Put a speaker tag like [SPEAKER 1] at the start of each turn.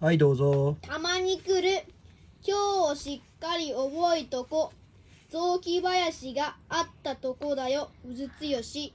[SPEAKER 1] はい、どうぞ。
[SPEAKER 2] たまに来る今日をしっかり覚えとこ雑木林があったとこだようずつよし